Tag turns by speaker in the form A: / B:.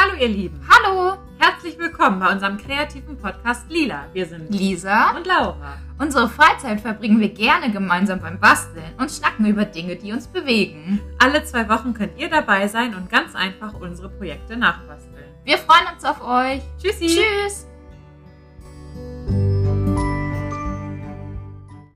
A: Hallo ihr Lieben.
B: Hallo,
A: Herzlich willkommen bei unserem kreativen Podcast Lila. Wir sind
B: Lisa.
A: und Laura.
B: Unsere Freizeit verbringen wir gerne gemeinsam beim Basteln und schnacken über Dinge, die uns bewegen.
A: Alle zwei Wochen könnt ihr dabei sein und ganz einfach unsere Projekte nachbasteln.
B: Wir freuen uns auf euch.
A: Tschüssi.
B: Tschüss.